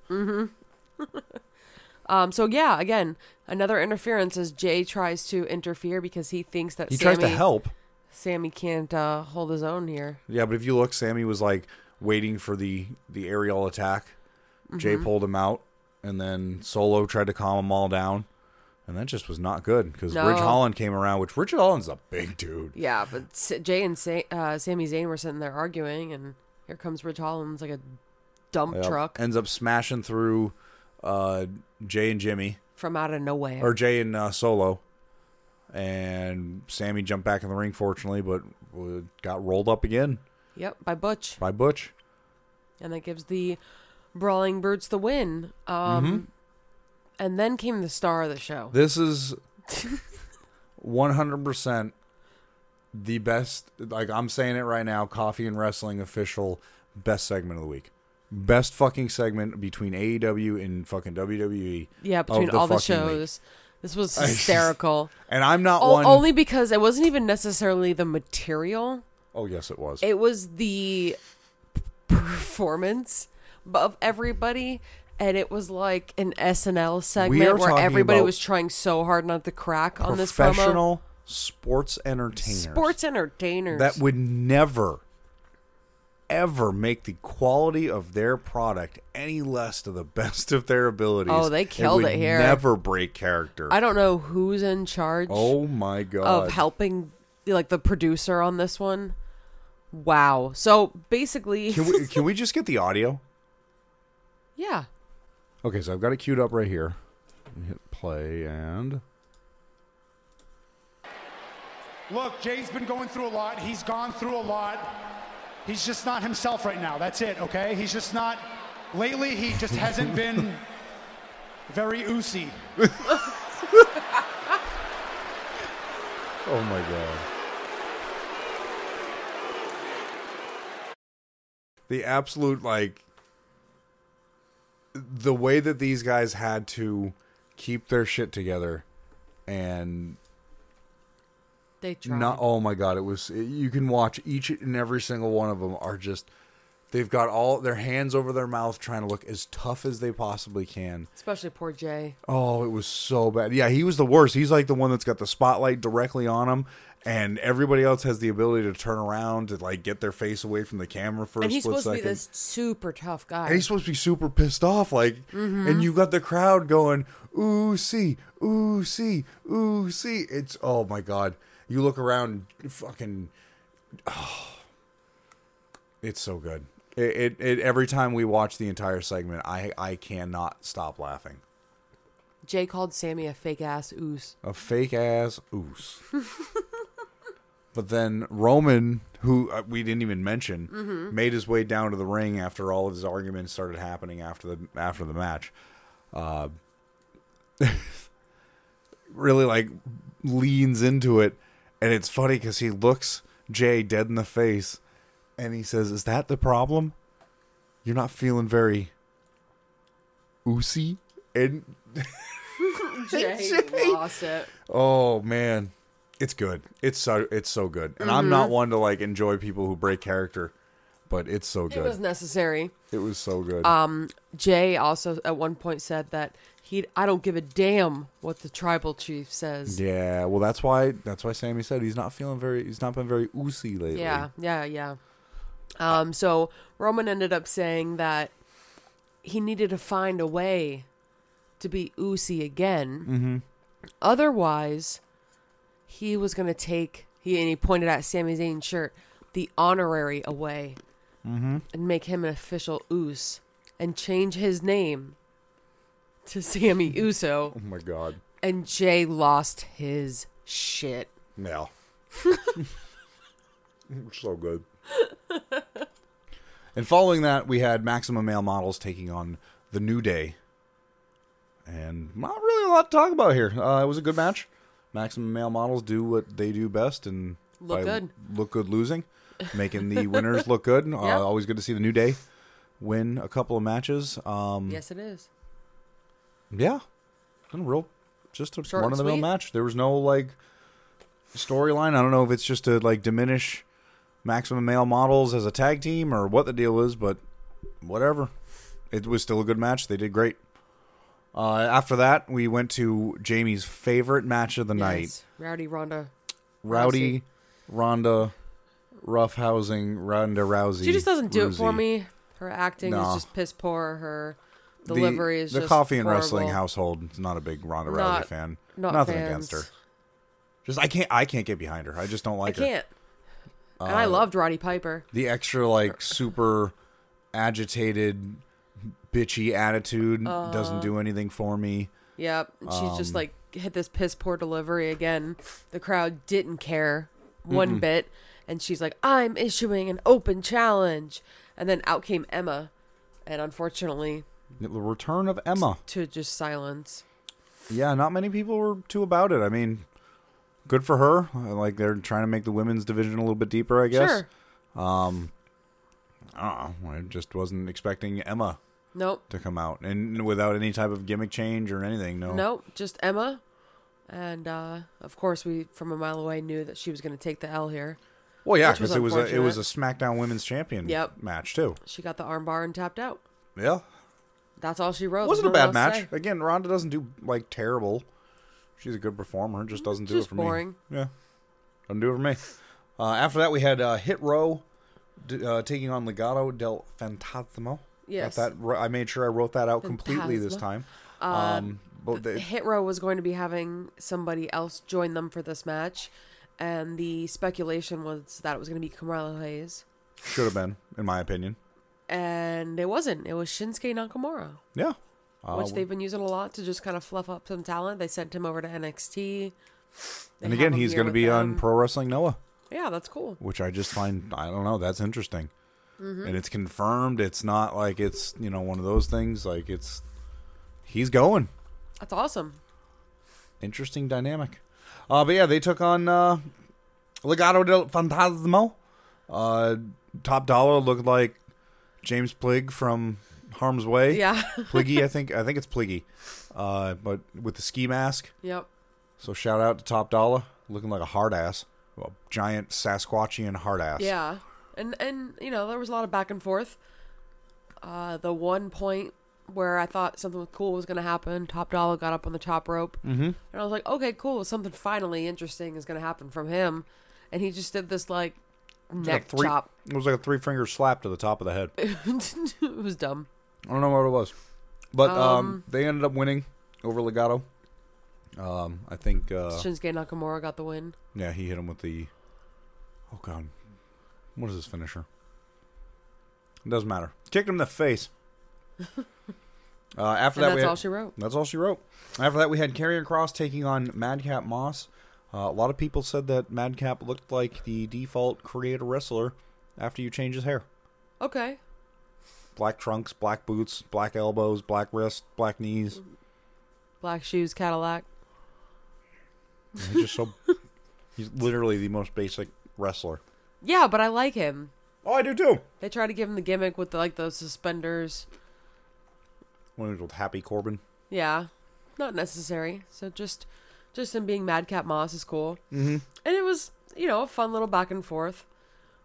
Um, so yeah, again, another interference as Jay tries to interfere because he thinks that
He
Sammy,
tries to help.
Sammy can't uh, hold his own here.
Yeah, but if you look, Sammy was like waiting for the the aerial attack. Jay
Mm-hmm.
pulled him out, and then Solo tried to calm them all down, and that just was not good because
No.
Ridge Holland came around, which Ridge Holland's a big dude.
Yeah, but S- Jay and Sa- uh, Sammy Zayn were sitting there arguing, and here comes Rich Holland's like a dump
Yep.
truck
ends up smashing through uh, Jay and Jimmy,
from out of nowhere.
or Jay and uh, Solo, and Sammy jumped back in the ring, fortunately, but uh, got rolled up again
yep, by Butch,
by Butch.
and that gives the Brawling Brutes the win. Um,
Mm-hmm.
And then came the star of the show.
This is 100% the best, like I'm saying it right now, Coffee and Wrestling official best segment of the week. Best fucking segment between AEW and fucking WWE.
yeah,
of
between all the
fucking week.
shows, this was
I just-
hysterical.
And I'm not
O-
one oh
only because it wasn't even necessarily the material.
Oh, yes, it was.
it was the p- performance of everybody and it was like an SNL
are
segment where
talking
everybody
about
was trying so hard not to crack on this promo.
Professional sports entertainers.
Sports entertainers.
that would never ever make the quality of their product any less to the best of their abilities.
Oh, they killed
would
it here.
Never break character.
I don't know who's in charge
Oh my god!
of helping like the producer on this one. Wow. So basically
Can we can we just get the audio?
Yeah.
Okay, so I've got it queued up right here. Let me Hit play and
Look, Jay's been going through a lot. He's gone through a lot. He's just not himself right now. That's it, okay? He's just not. Lately, he just hasn't been very oozy.
oh my god. The absolute like the way that these guys had to keep their shit together and
They tried.
Not oh my god, it was you can watch each and every single one of them are just they've got all their hands over their mouth trying to look as tough as they possibly can.
Especially poor Jay.
Oh, it was so bad. Yeah, he was the worst. He's like the one that's got the spotlight directly on him and everybody else has the ability to turn around to like get their face away from the camera for
And
a
he's
split
supposed
second.
to be this super tough guy.
And he's supposed to be super pissed off, like, and you got the crowd going, ooh, see, ooh, see, ooh, see. It's, oh my God. You look around, fucking, oh, it's so good. It, it, it, every time we watch the entire segment, I, I cannot stop laughing.
Jay called Sammy a fake ass ooze.
A fake ass oos. but then Roman, who uh, we didn't even mention, made his way down to the ring after all of his arguments started happening after the after the match. Uh, really like leans into it, and it's funny because he looks Jay dead in the face, and he says, "Is that the problem? You're not feeling very oosy." And
Jay lost it.
Oh man, it's good. It's so it's so good. And I'm
Mm-hmm.
not one to like enjoy people who break character, but it's so good.
It was necessary. Um,
so good.
Jay also at one point said that he I don't give a damn what the tribal chief says.
yeah, well that's why that's why Sammy said he's not feeling very he's not been very oosy lately.
Yeah, yeah, yeah. Um so Roman ended up saying that he needed to find a way to be Usi again. Mm-hmm. Otherwise, he was going to take he and he pointed at Sami Zayn's shirt the honorary away and make him an official Us and change his name to Sammy Uso.
Oh my god.
And Jay lost his shit.
Yeah. so good. and following that, we had Maximum Male Models taking on The New Day. And not really a lot to talk about here. Uh, it was a good match. Maximum Male Models do what they do best and
Look
by
good.
Look good losing, making the winners look good. Uh,
Yeah.
Always good to see The New Day win a couple of matches. Um,
Yes, it is.
yeah. And real just a
Short
run
and
of the mill
sweet.
match. There was no like storyline. I don't know if it's just to like diminish maximum male models as a tag team or what the deal is, but whatever. It was still a good match. They did great. Uh, after that, we went to Jamie's favorite match of the night:
Yes. Rowdy Ronda.
Rowdy Ronda Roughhousing Ronda Rousey.
She just doesn't do it for
Rousey.
me. Her acting
No.
is just piss poor. Her
The-
delivery is
the
just
coffee and
horrible.
wrestling household. is not a big Ronda Rousey
Not-
fan.
not
Nothing
fans.
against her. Just I can't I can't get behind her. I just don't
I
like Uh, her.
can't. and I loved Roddy Piper.
The extra like super agitated bitchy attitude doesn't
Uh.
do anything for me.
Yep. and She's
um,
just like hit this piss poor delivery again. The crowd didn't care one bit. And she's like, I'm issuing an open challenge. And then out came Emma. And unfortunately,
The return of Emma.
to just silence.
Yeah, not many people were too about it. I mean, good for her. Like they're trying to make the women's division a little bit deeper, I guess.
Sure.
I don't know. I just wasn't expecting Emma
Nope.
to come out and without any type of gimmick change or anything. No.
Nope. Just Emma. And uh, of course, we from a mile away knew that she was going to take the L here.
Well, yeah,
Which was
because it was a, it was a
unfortunate.
SmackDown Women's Champion
Yep.
match too.
She got the armbar and tapped out.
Yeah,
That's all she wrote.
wasn't a
There's
bad
nothing else to
match.
say.
Again, Ronda doesn't do like terrible. She's a good performer. Just doesn't do
just
it for
boring.
me. Yeah, doesn't do it for me. Uh, after that, we had uh, Hit Row d- uh, taking on Legado del Fantasma.
Yes.
Got that. ri- I made sure I wrote that out completely this
Fantasma. Uh,
time. Um, but they-
Hit Row was going to be having somebody else join them for this match, and the speculation was that it was going to be Kamala Hayes,
should have been, in my opinion.
and it wasn't. It was Shinsuke Nakamura,
Yeah, uh,
which they've been using a lot to just kind of fluff up some talent. They sent him over to NXT. They
and
have
again,
him
he's
here
going to
with
be on
them.
Pro Wrestling Noah.
yeah, that's cool.
which I just find I don't know. That's interesting,
Mm-hmm.
and it's confirmed. It's not like it's you know one of those things. Like it's he's going.
That's awesome.
Interesting dynamic. Uh, but yeah, they took on uh, Legado del Fantasma. Uh, top dollar looked like James Plig from Harm's Way.
Yeah.
Pliggy. I think I think it's Pliggy, uh, but with the ski mask.
Yep.
So shout out to Top Dollar, looking like a hard ass, a giant Sasquatchian hard ass.
Yeah, and and you know there was a lot of back and forth. Uh, the one point where I thought something cool was going to happen, Top Dollar got up on the top rope, mm-hmm. and I was like, okay, cool, something finally interesting is going to happen from him, and he just did this like
like a
neck
three-
chop.
It was like a three finger slap to the top of the head. I
it was dumb.
don't know what it was, but um, they ended up winning over Legato. Um, I think uh,
Shinsuke Nakamura got the win.
yeah, he hit him with the oh god, what is his finisher? It doesn't matter. Kicked him in the face. uh, after
And
that, we
that's
had-
all she wrote.
That's all she wrote. After that, we had Karrion Cross taking on Madcap Moss. Uh, a lot of people said that Madcap looked like the default creator wrestler after you change his hair.
Okay,
black trunks, black boots, black elbows, black wrists, black knees.
black shoes, Cadillac.
He's just so he's literally the most basic wrestler.
Yeah, but I like him.
Oh, I do too.
They try to give him the gimmick with like those suspenders.
When he was with Happy Corbin.
Yeah, not necessary. So just, just him being Madcap Moss is cool. Mm-hmm. And it was, you know, a fun little back and forth.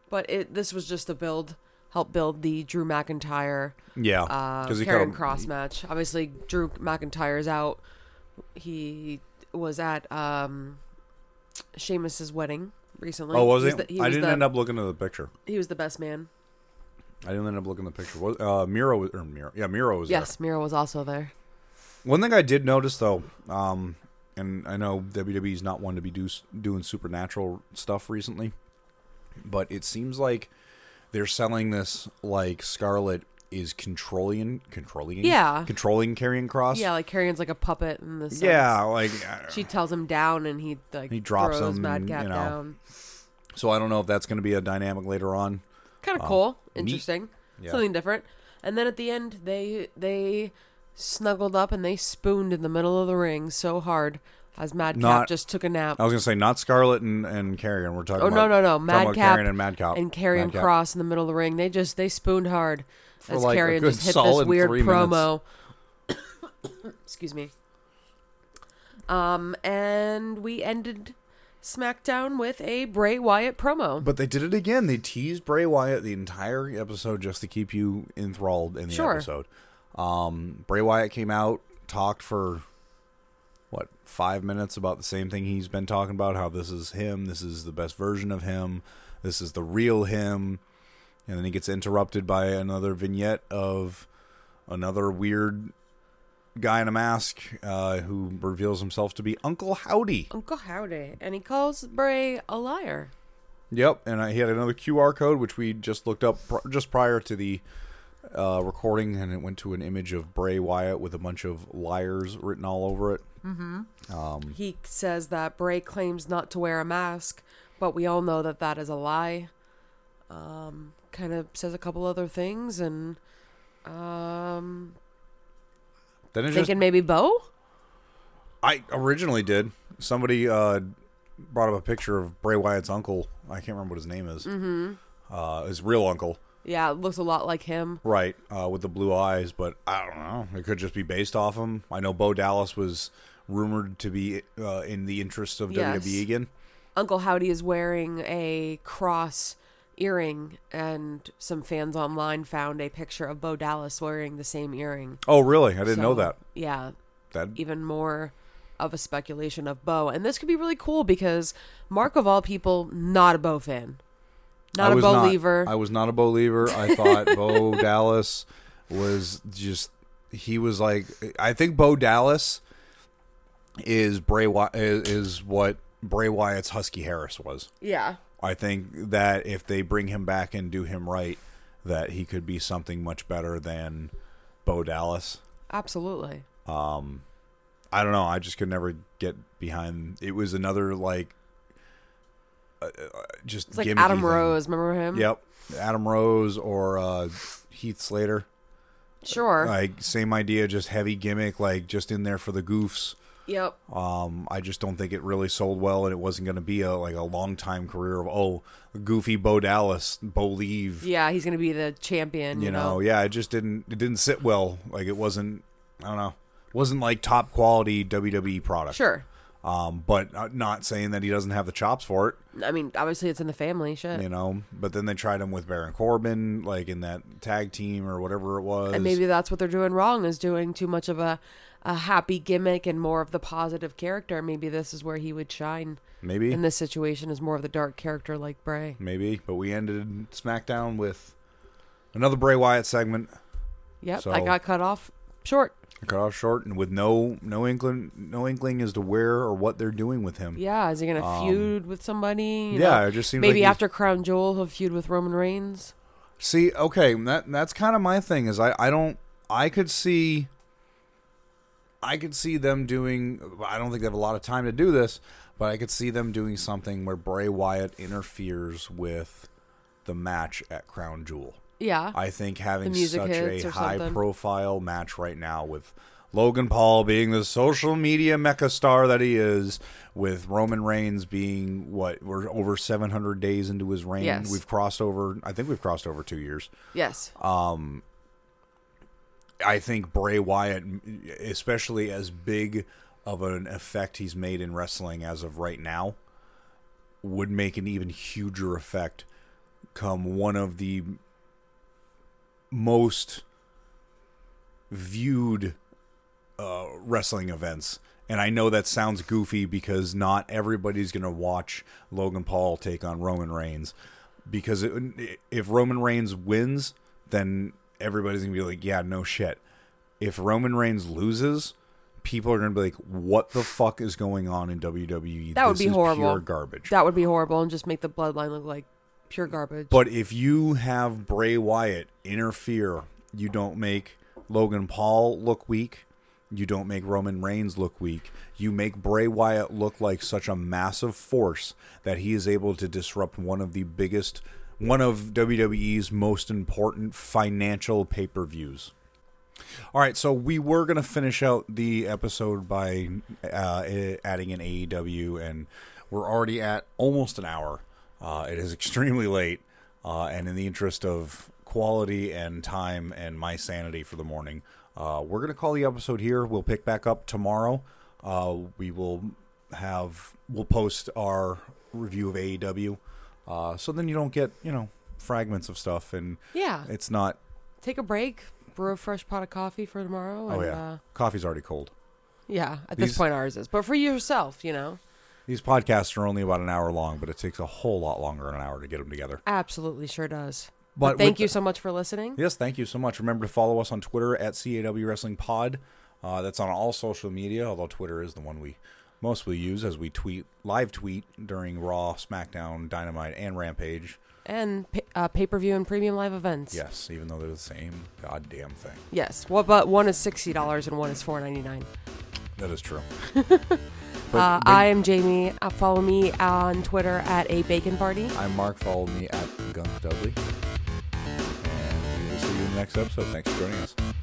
But it this was just a build, help build the Drew McIntyre,
Yeah,
uh,
he
Karen
cut a-
Cross match. Obviously, Drew McIntyre's out. He was at um, Sheamus's wedding recently.
Oh, was
He's
it?
the- he
I
was
didn't
the-
end up looking at the picture.
He was the best man.
I didn't end up looking at the picture. What- Uh, Miro was, or Miro, yeah, Miro was
Yes, Mira was also there.
there. One thing I did notice though, um, and I know WWE's not one to be do, doing supernatural stuff recently, but it seems like they're selling this like Scarlet is controlling, controlling,
Yeah.
controlling Carrying Cross.
Yeah, like Carrion's like a puppet in this.
yeah, like uh,
She tells him down, and he like
He drops
throws
him,
Madcap
you know.
down.
so. I don't know if that's going to be a dynamic later on.
Kind
um,
of cool,
neat.
interesting,
Yeah.
something different. And then at the end, they they snuggled up and they spooned in the middle of the ring so hard as Madcap
Not-
just took a nap.
I was gonna say not Scarlet and and Carrion. We're talking.
Oh
about,
no no no!
talking about
Madcap
Carrion and Madcap
and Karrion
Madcap.
Cross in the middle of the ring. They just they spooned hard as
like, a
Carrion
good
just hit this
solid
weird
three
promo. Excuse me. Um, and we ended SmackDown with a Bray Wyatt promo.
But they did it again. They teased Bray Wyatt the entire episode just to keep you enthralled in the
Sure.
episode. Um, Bray Wyatt came out, talked for what five minutes about the same thing he's been talking about. How this is him. This is the best version of him. This is the real him. And then he gets interrupted by another vignette of another weird guy in a mask uh, who reveals himself to be Uncle Howdy.
Uncle Howdy, and he calls Bray a liar.
Yep, and I, he had another QR code which we just looked up pr- just prior to the uh, recording, and it went to an image of Bray Wyatt with a bunch of liars written all over it.
He says that Bray claims not to wear a mask, but we all know that that is a lie. Um, kind of says a couple other things, and um,
Then it just
thinking maybe Bo.
I originally did. Somebody uh, brought up a picture of Bray Wyatt's uncle. I can't remember what his name is. Mm-hmm. Uh, his real uncle,
Yeah, it looks a lot like him.
right? Uh, with the blue eyes, but I don't know. It could just be based off him. I know Bo Dallas was rumored to be uh, in the interest of
Yes.
WWE again.
Uncle Howdy is wearing a cross earring, and some fans online found a picture of Bo Dallas wearing the same earring.
Oh, really? I didn't know
So,
that.
Yeah,
That
even more of a speculation of Bo, and this could be really cool because Mark, of all people, not a Bo fan, not
I
a
was
Bo lever.
I was not a Bo Lever. I thought Bo Dallas was just he was like I think Bo Dallas is Bray Wy- is, is what Bray Wyatt's Husky Harris was.
yeah,
I think that if they bring him back and do him right, that he could be something much better than Bo Dallas.
absolutely.
I don't know. I just could never get behind. It was another like uh, uh, just
It's like
gimmicky
Adam
thing.
Rose, remember him?
Yep. Adam Rose or uh, Heath Slater.
sure.
Like, same idea, just heavy gimmick, like, just in there for the goofs.
Yep.
Um, I just don't think it really sold well, and it wasn't going to be a like a long time career of oh, goofy Bo Dallas, Bo Leave,
Yeah, he's gonna be the champion. You,
you know? Yeah, it just didn't it didn't sit well. Like it wasn't, I don't know, wasn't like top quality WWE product.
sure.
Um, but uh, not saying that he doesn't have the chops for it.
I mean, obviously, it's in the family. Shit.
you know. But then they tried him with Baron Corbin, like in that tag team or whatever it was.
And maybe that's what they're doing wrong is doing too much of a, a happy gimmick and more of the positive character. Maybe this is where he would shine.
Maybe.
in this situation is more of the dark character like Bray.
maybe. But we ended SmackDown with another Bray Wyatt segment.
Yep,
So-
I got cut off short.
Cut off short and with no no inkling no inkling as to where or what they're doing with him.
Yeah, is he gonna feud with somebody? You
Um, yeah,
know,
it just seems
maybe
like he's-
after Crown Jewel he'll feud with Roman Reigns.
See, okay, that that's kind of my thing is I I don't I could see I could see them doing I don't think they have a lot of time to do this, but I could see them doing something where Bray Wyatt interferes with the match at Crown Jewel.
Yeah,
I think having
The music
such
hits
a
or
high
something.
profile match right now with Logan Paul being the social media mecha star that he is, with Roman Reigns being what we're over 700 days into his reign.
Yes.
We've crossed over, I think we've crossed over two years.
yes,
uh, I think Bray Wyatt, especially as big of an effect he's made in wrestling as of right now, would make an even huger effect come one of the most viewed uh, wrestling events. And I know that sounds goofy because not everybody's going to watch Logan Paul take on Roman Reigns. Because it, if Roman Reigns wins, then everybody's gonna be like, yeah, no shit. If Roman Reigns loses, people are gonna be like, what the fuck is going on in WWE?
That would
This
be
is
horrible.
Pure garbage.
That would be horrible and just make the bloodline look like pure garbage.
But if you have Bray Wyatt interfere, you don't make Logan Paul look weak. You don't make Roman Reigns look weak. You make Bray Wyatt look like such a massive force that he is able to disrupt one of the biggest, one of WWE's most important financial pay per views. All right, so we were going to finish out the episode by uh, eh, adding an AEW, and we're already at almost an hour. Uh, it is extremely late, uh, and in the interest of quality and time and my sanity for the morning, uh, we're going to call the episode here. We'll pick back up tomorrow. Uh, we will have we'll post our review of AEW, uh, so then you don't get you know fragments of stuff, and
Yeah.
it's not
Take a break, brew a fresh pot of coffee for tomorrow.
oh
and,
yeah,
Uh,
coffee's already cold.
yeah, at
These-
this point, ours is. But for yourself, you know,
These podcasts are only about an hour long, but it takes a whole lot longer than an hour to get them together.
absolutely sure does.
But
But,
with
thank you
the-
so much for listening.
Yes, thank you so much. Remember to follow us on Twitter at CAW Wrestling Pod. Uh, that's on all social media, although Twitter is the one we mostly use as we tweet, live tweet during Raw, SmackDown, Dynamite, and Rampage.
And pa- uh, pay per view and premium live events.
Yes, even though they're the same goddamn thing.
Yes. Well, but one is sixty dollars and one is four ninety nine.
That is true. but,
Uh,
but
I am Jamie. Uh, follow me on Twitter at a bacon party.
I'm Mark. Follow me at Gunk Dudley. And we will see you in the next episode. Thanks for joining us.